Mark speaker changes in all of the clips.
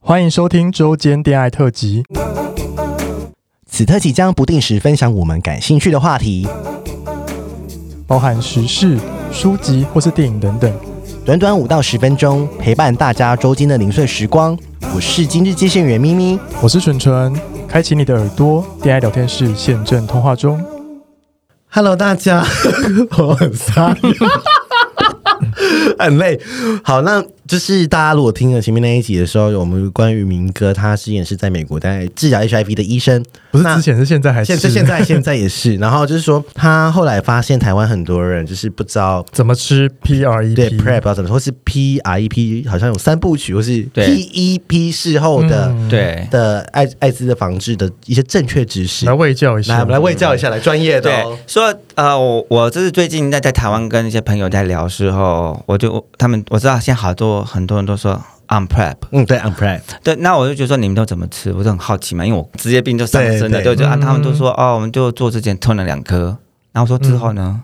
Speaker 1: 欢迎收听周间恋爱特辑。
Speaker 2: 此特辑将不定时分享我们感兴趣的话题，
Speaker 1: 包含时事、书籍或是电影等等。
Speaker 2: 短短五到十分钟，陪伴大家周间的零碎时光。我是今日接线员咪咪。
Speaker 1: 我是纯纯，开启你的耳朵，恋爱聊天室现正通话中。
Speaker 2: Hello，大家， 我很傻， 很累。好，那就是大家如果听了前面那一集的时候，我们关于明哥，他之前是在美国在治疗 HIV 的医生，
Speaker 1: 不是
Speaker 2: 那
Speaker 1: 之前是现在还是
Speaker 2: 现在现在现在也是。然后就是说，他后来发现台湾很多人就是不知道
Speaker 1: 怎么吃 P R E
Speaker 2: 对
Speaker 1: P
Speaker 2: PrEP 啊，怎么说是 P R E P，好像有三部曲，或是
Speaker 3: 对
Speaker 2: P E P 事后的、
Speaker 3: 对
Speaker 2: 的艾艾滋的防治的一些正确知识
Speaker 1: 来。喂教一下，
Speaker 2: 来，我们来喂教一下，来专业的、
Speaker 3: 对
Speaker 2: 哦。，
Speaker 3: 说呃，我我就是最近在在台湾跟一些朋友在聊的时候，我就他们我知道现在好多很多人都说 on prep，
Speaker 2: 嗯，对，I'm prep。
Speaker 3: 对，那我就觉得说你们都怎么吃，我就很好奇嘛，因为我职业病就上升了，
Speaker 2: 对对嗯
Speaker 3: 就就啊，他们都说哦，我们就做之前吞了两颗，然后我说之后
Speaker 2: 嗯
Speaker 3: 呢，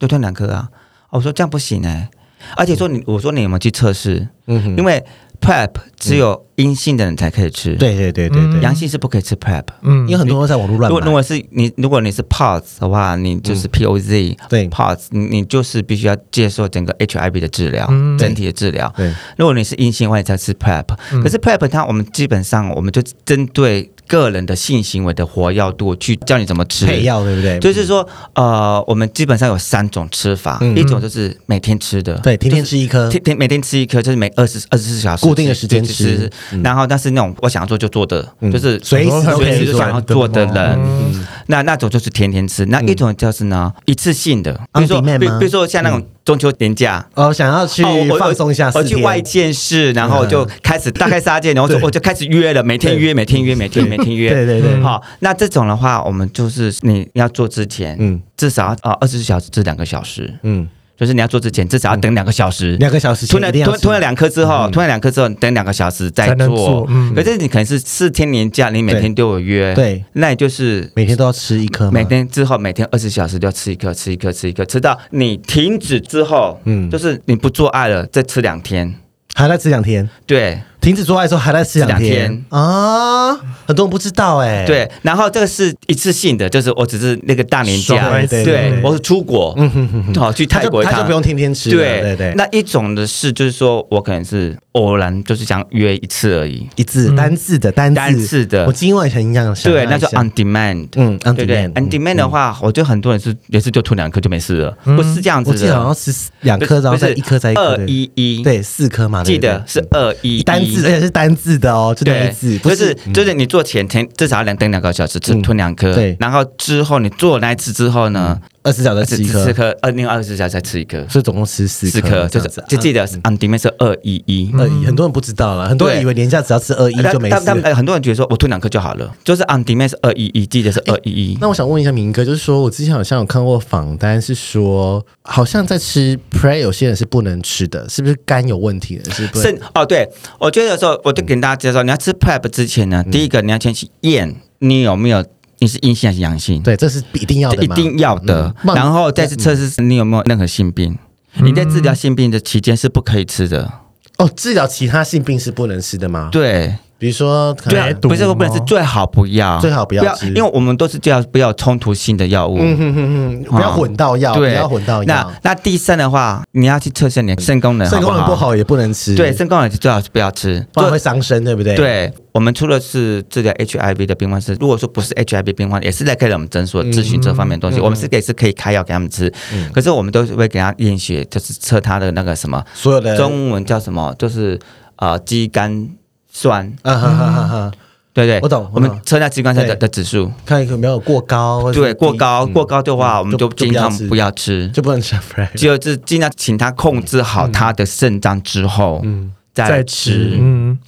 Speaker 3: 就吞两颗啊，哦我说这样不行哎、而且说你我说你有没有去测试，
Speaker 2: 嗯哼，
Speaker 3: 因为 prep 只有阴性的人才可以吃，，
Speaker 2: 对对对对对，
Speaker 3: 阳性是不可以吃 prep。
Speaker 1: 嗯
Speaker 2: 因为很多人在网络乱
Speaker 3: 如果如
Speaker 2: 买。嗯
Speaker 3: 果是你，如果你是 POTS 的话，你就是 POZ，、
Speaker 2: 对
Speaker 3: POTS，你你就是必须要接受整个 HIV 的治疗，
Speaker 1: 嗯
Speaker 3: 整体的治疗。
Speaker 2: 对，
Speaker 3: 如果你是阴性的话，你才吃 PrEP、
Speaker 1: 嗯
Speaker 3: 可是 PrEP 它我们基本上我们就针对个人的性行为的活跃度去教你怎么吃。
Speaker 2: 配药对不对？
Speaker 3: 就是说，呃，我们基本上有三种吃法，
Speaker 2: 嗯
Speaker 3: 一种就是每天吃的，
Speaker 2: 对，天天吃一颗。
Speaker 3: 天天每天吃一颗，就是每二十二十四小时
Speaker 2: 呃固定的时间吃
Speaker 3: 吃，然后但是那种我想要做就做的，
Speaker 2: 嗯
Speaker 3: 就是
Speaker 2: 随时都可
Speaker 3: 随
Speaker 2: 以
Speaker 3: 时就
Speaker 2: 做
Speaker 3: 想要做的人，
Speaker 1: 嗯
Speaker 3: 那那种就是天天吃，那
Speaker 2: 嗯
Speaker 3: 一种就是呢、一次性的，比
Speaker 2: On
Speaker 3: 如说
Speaker 2: demand
Speaker 3: 比
Speaker 2: 吗
Speaker 3: 比如说像那种中秋年假。
Speaker 2: 哦，想要去
Speaker 3: 哦我我
Speaker 2: 放松一下四
Speaker 3: 我
Speaker 2: 天，嗯
Speaker 3: 去外县市，然后就开始大概杀戒，然后就我就开始约了，每天约，每天约，每天约每天约。
Speaker 2: 对对对，
Speaker 1: 嗯
Speaker 3: 好，那这种的话，我们就是你要做之前，
Speaker 2: 嗯
Speaker 3: 至少啊二十四小时至两个小时，
Speaker 2: 嗯，
Speaker 3: 就是你要做之前至少要等两个小时。
Speaker 2: 两个小时前
Speaker 3: 吞
Speaker 2: 一
Speaker 3: 了
Speaker 2: 定要
Speaker 3: 吞
Speaker 2: 吃嗯
Speaker 3: 吞了两颗之后，吞了两颗之后，你等两个小时再
Speaker 1: 才能
Speaker 3: 做
Speaker 1: 做。嗯
Speaker 3: 可是你可能是四天年假，你每天都有约，
Speaker 2: 对，嗯
Speaker 3: 那也就是
Speaker 2: 每天都要吃一颗吗，
Speaker 3: 每天之后，每天二十小时都要吃一颗，吃一颗，吃一颗，吃到你停止之后，
Speaker 2: 嗯
Speaker 3: 嗯，就是你不做爱了，再吃两天，
Speaker 2: 还在吃两天，
Speaker 3: 对、
Speaker 2: 停止做爱之后还在吃两
Speaker 3: 吃两
Speaker 2: 天啊，很多人不知道哎，
Speaker 3: 对。然后这个是一次性的，就是我只是那个大年
Speaker 1: 爽
Speaker 3: 假，
Speaker 1: 了一
Speaker 3: 对
Speaker 1: 次
Speaker 3: 我是出国，
Speaker 2: 嗯
Speaker 3: 好、去
Speaker 2: 他
Speaker 3: 泰
Speaker 2: 就
Speaker 3: 国一
Speaker 2: 他就
Speaker 3: 趟
Speaker 2: 不。用天天吃了，
Speaker 3: 对
Speaker 2: 对对，
Speaker 3: 那一种的是，就是说我可能是偶然，就是想约一次而已，
Speaker 2: 一字
Speaker 1: 嗯
Speaker 2: 单字的单字
Speaker 3: 单次的
Speaker 2: 我今晚很想要想
Speaker 3: 对，那
Speaker 2: 要一
Speaker 3: 就
Speaker 2: 下
Speaker 3: on demand，
Speaker 2: 嗯，on
Speaker 3: 对不对
Speaker 2: demand，
Speaker 3: on demand 的话，我觉得很多人是也是就吞两颗就没事了，
Speaker 1: 嗯
Speaker 3: 不是这样子
Speaker 2: 我
Speaker 3: 的，
Speaker 2: 记得好像是两颗，然后再一颗再一颗，
Speaker 3: 二
Speaker 2: 对
Speaker 3: 一一，
Speaker 2: 对四颗嘛，对
Speaker 3: 记
Speaker 2: 不对
Speaker 3: 得是二一
Speaker 2: 单字，而且是单字的哦，就那一
Speaker 3: 对
Speaker 2: 字，，不嗯
Speaker 3: 就是就是你做前前至少要两等两个小时，只吞两颗，
Speaker 2: 对嗯
Speaker 3: 然后之后你做那一次之后呢，
Speaker 2: 二十小时
Speaker 3: 只
Speaker 2: 吃
Speaker 3: 只
Speaker 2: 一颗
Speaker 3: 四，颗，二另外二十小时再吃一颗，
Speaker 2: 所以总共吃四
Speaker 3: 四颗
Speaker 2: 这
Speaker 3: 就
Speaker 2: 样
Speaker 3: 是
Speaker 2: 子啊
Speaker 3: 就记得按里面是二一一。
Speaker 2: 二一，很多人不知道了，很多人
Speaker 3: 对
Speaker 2: 以为年假只要吃二一
Speaker 3: 但
Speaker 2: 就没
Speaker 3: 但
Speaker 2: 事
Speaker 3: 但呃很多人觉得说，我吞两颗就好了，就是 on demand 是二一一，记得是二一一。
Speaker 2: 那我想问一下明哥，就是说我之前好像有看过访单，是说好像在吃 pre 有些人是不能吃的，是不是肝有问题的？是不是？
Speaker 3: 甚哦，对，我觉得有时候我就跟大家介绍，你要吃 prep 之前
Speaker 2: 嗯
Speaker 3: 呢，第一个你要先去验你有没有你是阴性还是阳性，
Speaker 2: 对，这是一定要的
Speaker 3: 一
Speaker 2: 吗？
Speaker 3: 定要的。
Speaker 2: 嗯
Speaker 3: 然后再次测试你有没有任何性病。你在治疗性病的期间是不可以吃的，
Speaker 2: 哦，治疗其他性病是不能吃的吗？
Speaker 3: 对，
Speaker 2: 比如说可
Speaker 3: 对啊
Speaker 2: 能，
Speaker 1: 毒
Speaker 3: 不是
Speaker 1: 吗
Speaker 3: 不能吃，最好不要，
Speaker 2: 哦最好不要吃
Speaker 3: 因为我们都是叫不要冲突性的药物。
Speaker 2: 嗯哼哼哼，不要混到药，不
Speaker 3: 对，
Speaker 2: 要混到药
Speaker 3: 那。那第三的话，你要去测试你的肾功能，
Speaker 2: 肾功能不
Speaker 3: 不好，
Speaker 2: 好也不能吃，
Speaker 3: 对，，肾功能最好是不要吃。
Speaker 2: 不然
Speaker 3: 就
Speaker 2: 会伤身，对不对？，
Speaker 3: 对，我们除了是治疗 HIV 的病患是，如果说不是 HIV 病患，也是在给我们诊所咨询这方面的东
Speaker 2: 嗯
Speaker 3: 西，我们是给是可以开药给他们吃，可是我们都是会给他验血，就是测他的那个什么，
Speaker 2: 所有的，
Speaker 3: 中文叫什么？就是呃肌酐酸，
Speaker 2: 啊哈哈
Speaker 3: 嗯
Speaker 2: 哈哈，
Speaker 3: 对不对，
Speaker 2: 我懂我
Speaker 3: 我
Speaker 2: 懂
Speaker 3: 们测那肌酐酸的
Speaker 2: 对
Speaker 3: 的指数，
Speaker 2: 看有没有过高，或者
Speaker 3: 对，
Speaker 2: 是
Speaker 3: 过
Speaker 2: 低
Speaker 3: 高
Speaker 2: 嗯
Speaker 3: 过高的话，我们
Speaker 2: 就
Speaker 3: 就
Speaker 2: 就
Speaker 3: 尽量
Speaker 2: 不要吃
Speaker 3: 不要吃，
Speaker 2: 就不嗯能吃 fried，
Speaker 3: 就是尽量请他控制好他的肾脏之后，嗯，
Speaker 1: 再
Speaker 3: 再
Speaker 1: 吃，
Speaker 3: 吃。
Speaker 1: 嗯，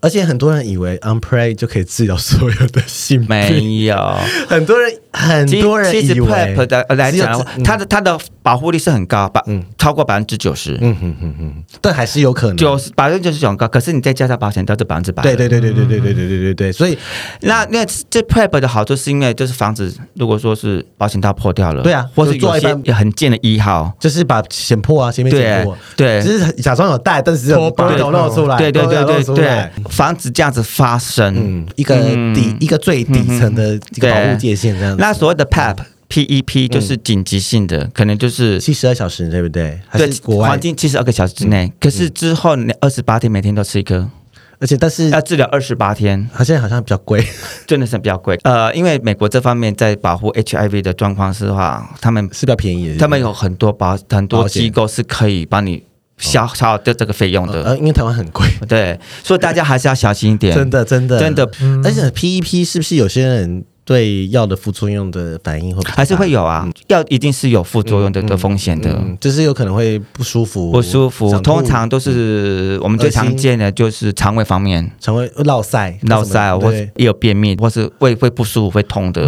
Speaker 2: 而且很多人以为 on pray 就可以治疗所有的性病，
Speaker 3: 没有，
Speaker 2: 很多人很
Speaker 3: 其
Speaker 2: 多人
Speaker 3: 其实
Speaker 2: 以为
Speaker 3: PrEP 呃的来
Speaker 2: 只有
Speaker 3: 讲
Speaker 2: 这
Speaker 3: 的话，
Speaker 2: 嗯
Speaker 3: 它的它的保护力是很高，百超过百分之九十，
Speaker 2: 嗯哼哼哼，但还是有可能。
Speaker 3: 九十百分之九十九很高，可是你再加上保险到这百分之百，
Speaker 2: 对对对对对对对对对对对，所以
Speaker 3: 那那这 prep 的好处是因为就是防止，如果说是保险套破掉了，
Speaker 2: 对啊
Speaker 3: 或是
Speaker 2: 就做
Speaker 3: 有
Speaker 2: 到一半
Speaker 3: 些很贱的一号，
Speaker 2: 就是把剪破啊，前面剪
Speaker 3: 对
Speaker 2: 破，
Speaker 3: 对
Speaker 2: 只是假装有带，但是
Speaker 1: 脱
Speaker 2: 把
Speaker 1: 臼
Speaker 2: 头露出来，
Speaker 3: 对对
Speaker 2: 头
Speaker 3: 对
Speaker 2: 露
Speaker 3: 对
Speaker 2: 出
Speaker 3: 对
Speaker 2: 来，
Speaker 3: 防止这样子发生。
Speaker 2: 嗯，一个底一个最底层的一个保护界限这样子。
Speaker 3: 那所谓的 E PEP。
Speaker 2: 嗯
Speaker 3: PEP 就是紧急性的，可能就是
Speaker 2: 七十二小时对不对？还
Speaker 3: 对
Speaker 2: 是国外嗯
Speaker 3: 环？境七十二个小时之内，可是之后你二十八天每天都吃一颗，
Speaker 2: 而且但是
Speaker 3: 要治疗二十八天，
Speaker 2: 它现在好像比较贵，
Speaker 3: 真的是比较贵。呃，因为美国这方面在保护 HIV 的状况是的话，他们
Speaker 2: 是比较便宜的。
Speaker 3: 他们有很多保很多
Speaker 2: 保险
Speaker 3: 机构是可以帮你
Speaker 2: 哦
Speaker 3: 消消掉这个费用的，
Speaker 2: 呃，因为台湾很贵，
Speaker 3: 对，所以大家还是要小心一点，
Speaker 2: 真的真的嗯
Speaker 3: 真的。
Speaker 2: 而且 PEP 是不是有些人对药的副作用的反应会比较大
Speaker 3: 还是会有啊，药一定是有副作用的的风险的。
Speaker 2: 嗯，就是有可能会不舒服，
Speaker 3: 不舒服，
Speaker 2: 想吐嗯
Speaker 3: 通常都是我们最常见的就是肠胃方面，
Speaker 2: 肠胃落塞、
Speaker 3: 闹塞啊
Speaker 2: 什么
Speaker 3: 或
Speaker 2: 对嗯
Speaker 3: 是嗯也有便秘，或是胃会不舒服、会痛的。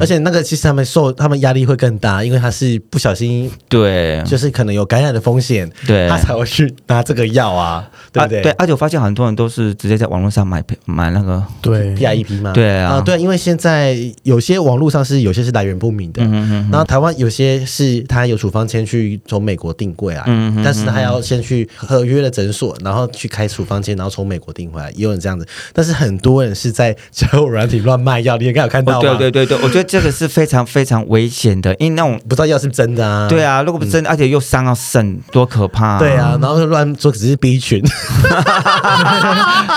Speaker 2: 而且那个其实他们受他们压力会更大，因为他是不小心，
Speaker 3: 对，
Speaker 2: 就是可能有感染的风险，
Speaker 3: 对
Speaker 2: 他才会去拿这个药啊，对不对？
Speaker 3: 啊对，而且我发现很多人都是直接在网络上买买那个，
Speaker 1: 对
Speaker 2: P I E P 嘛，
Speaker 3: 对啊
Speaker 2: 对，因为现在有些网络上是有些是来源不明的，
Speaker 3: 嗯嗯
Speaker 2: 然后台湾有些是他有处方签去从美国订柜来，
Speaker 3: 嗯嗯嗯
Speaker 2: 但是他要先去合约的诊所，然后去开处方签，然后从美国订回来，也有人这样子，但是很多人是在交友软体乱卖药，你应该有看到
Speaker 3: 哦
Speaker 2: 吧？
Speaker 3: 对对对对，我觉得这个是非常非常危险的，因为那种
Speaker 2: 不知道药是不是真的啊？
Speaker 3: 对啊，如果不真的，而且又伤到肾，多可怕、啊！
Speaker 2: 对啊，然后就乱说只是 B 群，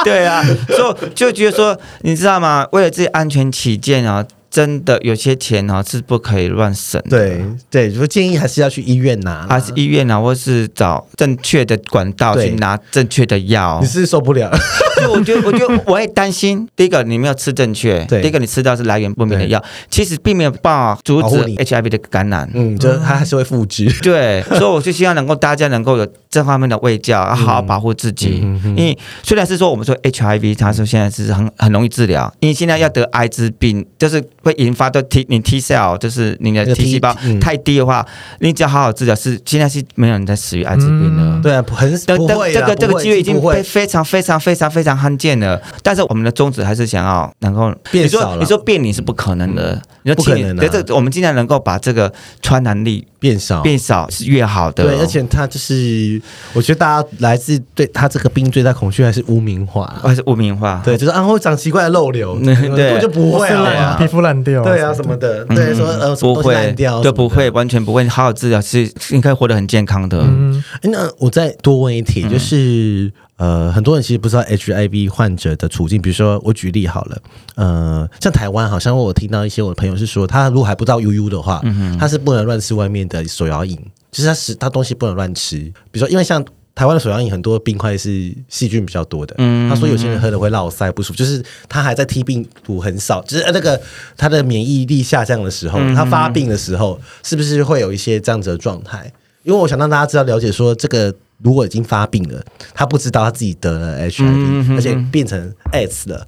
Speaker 3: 对啊，所以就觉得说，你知道吗？为了自己安全起见啊，真的有些钱啊是不可以乱省的。
Speaker 2: 对对，就建议还是要去医院拿啦。
Speaker 3: 还是医院啊，或是找正确的管道
Speaker 2: 对
Speaker 3: 去拿正确的药
Speaker 2: 你。是受不了，
Speaker 3: 所以我觉得，我觉得我也担心，第一个你没有吃正确，
Speaker 2: 对
Speaker 3: 第一个你吃到是来源不明的
Speaker 2: 对
Speaker 3: 药，其实并没有办法阻
Speaker 2: 保
Speaker 3: 止
Speaker 2: 护你
Speaker 3: HIV 的感染。
Speaker 2: 嗯，就是它还是会复制。
Speaker 3: 对，所以我就希望能够大家能够有这方面的卫教，
Speaker 2: 嗯
Speaker 3: 要好好保护自己。因为虽然是说我们说 HIV，它是现在是很很容易治疗，因为现在要得艾滋病，就是会引发的 T 你 T cell，就是你的
Speaker 2: 那个
Speaker 3: T
Speaker 2: T-
Speaker 3: 细胞
Speaker 2: 嗯
Speaker 3: 太低的话，你只要好好治疗，是现在是没有人在死于艾滋病了
Speaker 1: 嗯。
Speaker 2: 对啊，很
Speaker 3: 但
Speaker 2: 不
Speaker 3: 但
Speaker 2: 会
Speaker 3: 这
Speaker 2: 啦
Speaker 3: 个这
Speaker 2: 不
Speaker 3: 个
Speaker 2: 会
Speaker 3: 机会已经
Speaker 2: 不会
Speaker 3: 被非常非常非常非常罕见了，但是我们的宗旨还是想要能够
Speaker 2: 变
Speaker 3: 你
Speaker 2: 少
Speaker 3: 说
Speaker 2: 了
Speaker 3: 你说变你是不可能的，你
Speaker 2: 不
Speaker 3: 说
Speaker 2: 可
Speaker 3: 清理
Speaker 2: 能啊
Speaker 3: 对这个我们尽量能够把这个传染力
Speaker 2: 变少。
Speaker 3: 变少是越好的，哦
Speaker 2: 对，而且它就是，我觉得大家来自对它这个病最大恐惧还是污名化，
Speaker 3: 哦还是污名化，
Speaker 2: 对，就是啊会长奇怪的肉瘤，
Speaker 3: 嗯
Speaker 2: 根
Speaker 3: 对
Speaker 2: 本就不会
Speaker 1: 是烂
Speaker 2: 啊
Speaker 1: 皮，肤烂掉，
Speaker 2: 对啊什么的，
Speaker 3: 嗯，
Speaker 2: 对，说呃什么
Speaker 3: 不
Speaker 2: 东西
Speaker 3: 会
Speaker 2: 烂掉，
Speaker 3: 对，不会，完全不会，好好治疗是应该活得很健康的，
Speaker 1: 嗯，
Speaker 2: 诶哎那我再多问一
Speaker 3: 嗯
Speaker 2: 题，就是、呃，很多人其实不知道 HIV 患者的处境，比如说我举例好了，呃，像台湾好像我有听到一些我的朋友是说，他如果还不知道 UU 的
Speaker 3: 嗯
Speaker 2: 话，他是不能乱吃外面的手摇饮，就是他食他东西不能乱吃，比如说因为像。台湾的手摇饮很多冰块是细菌比较多的，
Speaker 3: 嗯
Speaker 2: 他说有些人喝了会落腮不舒服，就是他还在踢病毒很少，就是呃那个他的免疫力下降的时
Speaker 3: 嗯
Speaker 2: 候，他发病的时候，是不是会有一些这样子的状态？因为我想让大家知道了解说，这个如果已经发病了，他不知道他自己得了
Speaker 3: 嗯
Speaker 2: HIV，、而且变成 AIDS 了，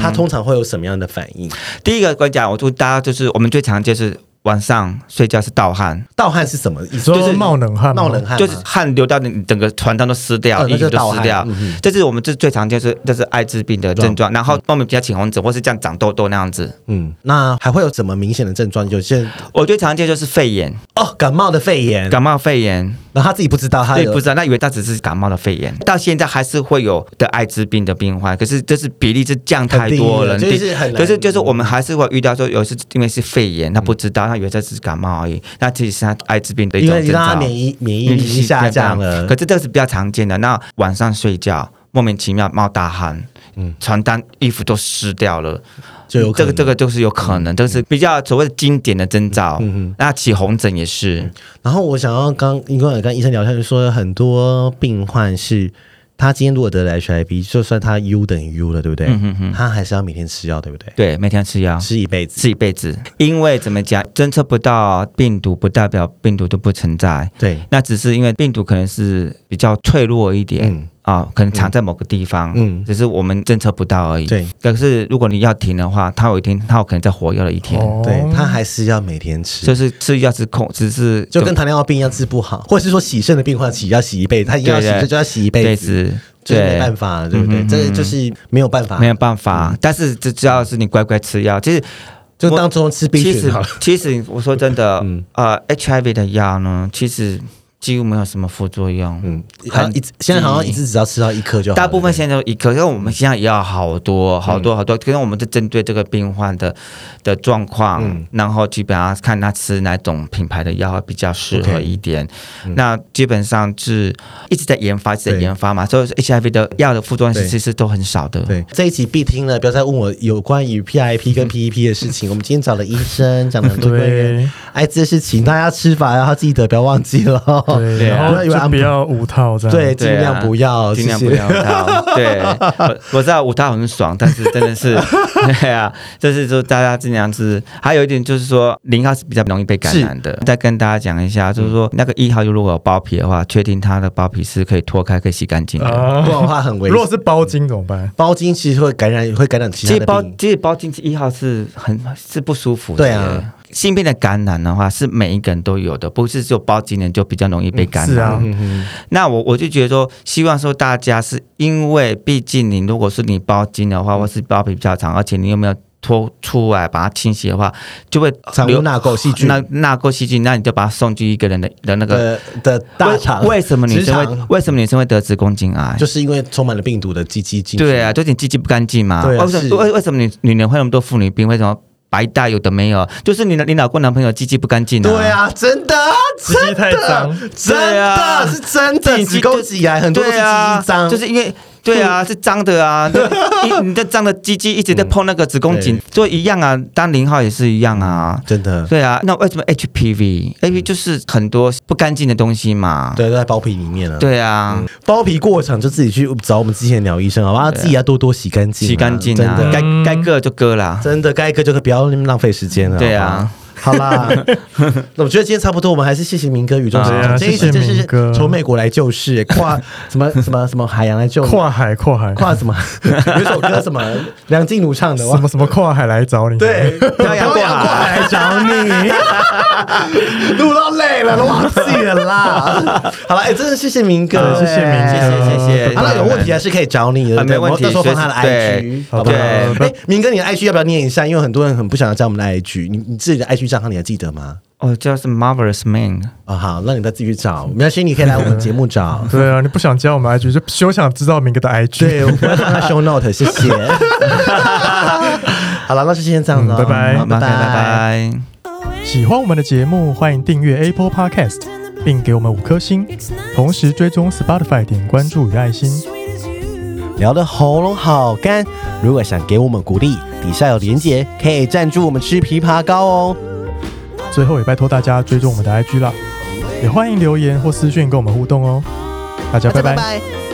Speaker 2: 他通常会有什么样的反应？
Speaker 3: 第一个我讲，我祝大家就是我们最常见是晚上睡觉是盗汗，
Speaker 2: 盗汗是什么意
Speaker 1: 你
Speaker 2: 思？
Speaker 1: 说冒冷汗吗，
Speaker 2: 冒冷汗吗
Speaker 3: 就是汗流到你整个床单都湿掉，
Speaker 2: 哦那
Speaker 3: 衣
Speaker 2: 就
Speaker 3: 服
Speaker 2: 是盗
Speaker 3: 都
Speaker 2: 汗
Speaker 3: 湿掉
Speaker 2: 嗯哼，
Speaker 3: 这是我们这最常见是这是艾滋病的症状，然后后面比较起红疹或是这样长痘痘那样子。
Speaker 2: 嗯，那还会有什么明显的症状？有些人
Speaker 3: 我最常见就是肺炎，
Speaker 2: 哦，感冒的肺炎，
Speaker 3: 感冒肺炎，
Speaker 2: 然后他自己不知道他
Speaker 3: 对，
Speaker 2: 有
Speaker 3: 不知道，那以为他只是感冒的肺炎，到现在还是会有得艾滋病的病患，可是这是比例是降太多了，
Speaker 2: 很低了就是很难
Speaker 3: 可是就是我们还是会遇到说，有时因为是肺炎，他不知道，他以为这只是感冒而已，那其实是他艾滋病的一
Speaker 2: 因
Speaker 3: 种
Speaker 2: 为
Speaker 3: 征
Speaker 2: 让他
Speaker 3: 兆。
Speaker 2: 免疫免疫力下降了
Speaker 3: 可。是这个是比较常见的。那晚上睡觉莫名其妙冒大汗，嗯，床单、衣服都湿掉了，
Speaker 2: 就有可
Speaker 3: 这
Speaker 2: 能嗯
Speaker 3: 个这个就是有可能，这个是比较所谓的经典的征兆。那起红疹也是，
Speaker 2: 然后我想要刚因为我跟医生聊天，就说很多病患是。他今天如果得了 HIV，就算他 U 等于 U 了，对不对？
Speaker 3: 嗯
Speaker 2: 他还是要每天吃药，对不对？
Speaker 3: 对，每天吃药。
Speaker 2: 吃一辈子。
Speaker 3: 吃一辈子，因为怎么讲，侦测不到病毒，不代表病毒都不存在。
Speaker 2: 对，
Speaker 3: 那只是因为病毒可能是比较脆弱一点，
Speaker 2: 嗯
Speaker 3: 啊，可能藏在某个地方，
Speaker 2: 嗯
Speaker 3: 只是我们侦测不到而已。
Speaker 2: 对，
Speaker 3: 可是如果你要停的话，它有一天，它有可能再活跃了一天，
Speaker 1: 哦
Speaker 2: 嗯对，他还是要每天吃，
Speaker 3: 就是吃药是控，只是
Speaker 2: 就跟糖尿病一样治不好，或者是说洗肾的病患洗要洗一辈子，他一定要洗
Speaker 3: 对对
Speaker 2: 就就要洗一辈
Speaker 3: 对
Speaker 2: 子，
Speaker 3: 子，
Speaker 2: 这是没
Speaker 3: 对。
Speaker 2: 办法，对不对？
Speaker 3: 嗯哼
Speaker 2: 这个就是没有办法嗯
Speaker 3: 没，有办法，但是只只要是你乖乖吃药，其实
Speaker 2: 就当中吃 B
Speaker 3: 其
Speaker 2: 群
Speaker 3: 实
Speaker 2: 好了。
Speaker 3: 其实我说真 的，
Speaker 2: 嗯
Speaker 3: 呃，HIV 的药呢，其实几乎没有什么副作用，
Speaker 2: 嗯，好
Speaker 3: 很
Speaker 2: 像一直现在好像一直只要吃到一颗就好了，
Speaker 3: 大部分
Speaker 2: 对
Speaker 3: 现在都一颗，因为我们现在也要好多好多好多，
Speaker 2: 嗯
Speaker 3: 可能我们就针对这个病患的的状况，
Speaker 2: 嗯
Speaker 3: 然后基本上看他吃哪种品牌的药比较适合
Speaker 2: OK
Speaker 3: 一点。
Speaker 2: 嗯
Speaker 3: 那基本上是一直在研发，一直在研发嘛，所以 HIV 的药的副作用
Speaker 2: 对
Speaker 3: 其实都很少的。
Speaker 2: 对，这一集必听了，不要再问我有关于 PIP 跟 PEP 的事情。我们今天找了医生，讲了很多关于
Speaker 1: 对
Speaker 2: 艾滋的事情，大家吃法然后记得不要忘记了。
Speaker 1: 对，
Speaker 3: 对啊
Speaker 1: 然后
Speaker 2: 哦因为
Speaker 1: 就
Speaker 2: 安
Speaker 1: 不
Speaker 2: 排
Speaker 1: 要五套这样。
Speaker 2: 对，尽
Speaker 3: 对啊
Speaker 2: 量不要，
Speaker 3: 尽量
Speaker 2: 哦谢
Speaker 3: 不
Speaker 2: 谢
Speaker 3: 要 他。对，我我知道舞蹈很爽，但是真的是，对啊，就是说大家尽量是，还有一点就是说零号是比较容易被感染的。再跟大家讲一下，就是
Speaker 2: 嗯
Speaker 3: 说那个一号如果有包皮的话，确定它的包皮是可以脱开、可以洗干净的。
Speaker 2: 不然的
Speaker 1: 啊，
Speaker 2: 话很 危
Speaker 1: 如果
Speaker 2: 险。
Speaker 1: 是包茎怎么办？
Speaker 2: 包茎其实会感染，会感染其
Speaker 3: 其
Speaker 2: 他
Speaker 3: 实
Speaker 2: 的
Speaker 3: 包
Speaker 2: 病。
Speaker 3: 其实包进去一号是很是不舒服的。
Speaker 2: 对啊，
Speaker 3: 性病的感染的话是每一个人都有的，不是只有包今年就比较容易被感
Speaker 1: 是
Speaker 3: 染。
Speaker 2: 嗯
Speaker 1: 啊，
Speaker 3: 那我我就觉得说，希望说大家是因为，毕竟你如果是你包茎的
Speaker 2: 嗯
Speaker 3: 话，或是包皮比较长，而且你又没有脱出来把它清洗的话，就会
Speaker 2: 藏污
Speaker 3: 留
Speaker 2: 纳垢细菌
Speaker 3: 那那过细菌，那你就把它送进一个人的的那个。
Speaker 2: 的的大肠，
Speaker 3: 为为什么女生
Speaker 2: 直
Speaker 3: 会
Speaker 2: 肠
Speaker 3: 为什么女生会得子宫颈癌？
Speaker 2: 就是因为充满了病毒的鸡鸡进去。
Speaker 3: 对啊，就是你鸡鸡不干净嘛。
Speaker 2: 对啊
Speaker 3: 为什
Speaker 2: 是
Speaker 3: 么为为什么女女人会有那么多妇女病？为什么白带有的没有？就是你的你老公男朋友鸡鸡不干净啊。
Speaker 2: 对啊，真的啊，
Speaker 1: 鸡鸡太脏，
Speaker 2: 真
Speaker 3: 对
Speaker 2: 的
Speaker 3: 啊
Speaker 2: 是真的，
Speaker 3: 自己
Speaker 2: 子宫颈癌很多都
Speaker 3: 对
Speaker 2: 是鸡
Speaker 3: 啊
Speaker 2: 鸡，脏，
Speaker 3: 就是因为。对 啊，是脏的啊，对你你的脏的鸡鸡一直在碰那个子 宫颈，就一样啊。当零号也是一样啊，
Speaker 2: 真的，
Speaker 3: 对啊。那为什么 HPV？HPV 就是很多不干净的东西嘛。
Speaker 2: 对，都在包皮里面啊。
Speaker 3: 对啊，
Speaker 2: 包皮过场就自己去找我们之前的鸟医生，好吧？自己要多多洗干净啊，
Speaker 3: 洗干净
Speaker 2: 真
Speaker 3: 啊，
Speaker 2: 的，
Speaker 3: 该该割就割啦。
Speaker 2: 真的该一个就可以不要那么浪费时间了。
Speaker 3: 对啊
Speaker 2: 好吧， 好啦，那我觉得今天差不多，我们还是谢谢明哥宇宙
Speaker 1: 对
Speaker 2: 长。
Speaker 1: 啊
Speaker 2: 这一集
Speaker 1: 谢谢
Speaker 2: 真是
Speaker 1: 明哥
Speaker 2: 从美国来救市，跨什么什么什么海洋来救，
Speaker 1: 跨海嗯跨海，
Speaker 2: 跨什么？ 有一首歌什么梁静茹唱的，
Speaker 1: 什
Speaker 2: 哇
Speaker 1: 么什么跨海来找你？
Speaker 2: 对， 漂洋过海来找 你，录到累了，都忘记了啦。 好了，哎、真的谢谢明哥，哎
Speaker 1: 对，谢谢明哥，。
Speaker 3: 谢谢谢谢
Speaker 2: 好了，有问题还是可以找你的，
Speaker 3: 啊没问题
Speaker 2: 对不对我到时候放他的
Speaker 3: 随时
Speaker 2: IG，
Speaker 3: 对
Speaker 2: 好不好？
Speaker 3: 对
Speaker 2: 哎，明哥，你的 IG 要不要念一下？因为很多人很不想要加我们的 IG，你你自己的 IG 账号你还记得吗？
Speaker 3: 哦，叫是 Marvelous Man，
Speaker 2: 啊、好，那你再继续找，没关系，你可以来我们节目 找
Speaker 1: 对啊，你不想加我们 IG，就休想知道明哥的 IG。
Speaker 2: 对，我会放在 show note，谢谢。 好了，那就先这样了，
Speaker 1: 嗯拜拜
Speaker 2: 好
Speaker 3: 好
Speaker 2: 哎拜
Speaker 3: 拜
Speaker 2: 拜。
Speaker 3: 拜。
Speaker 1: 喜欢我们的节目，欢迎订阅 Apple Podcast，并给我们五颗星，同时追踪 Spotify 点关注与爱心。
Speaker 2: 聊的喉咙好干，如果想给我们鼓励，底下有连结，可以赞助我们吃枇杷膏哦。
Speaker 1: 最后也拜托大家追踪我们的 IG 啦，也欢迎留言或私讯跟我们互动哦。大家
Speaker 2: 大家
Speaker 1: 拜拜
Speaker 2: 拜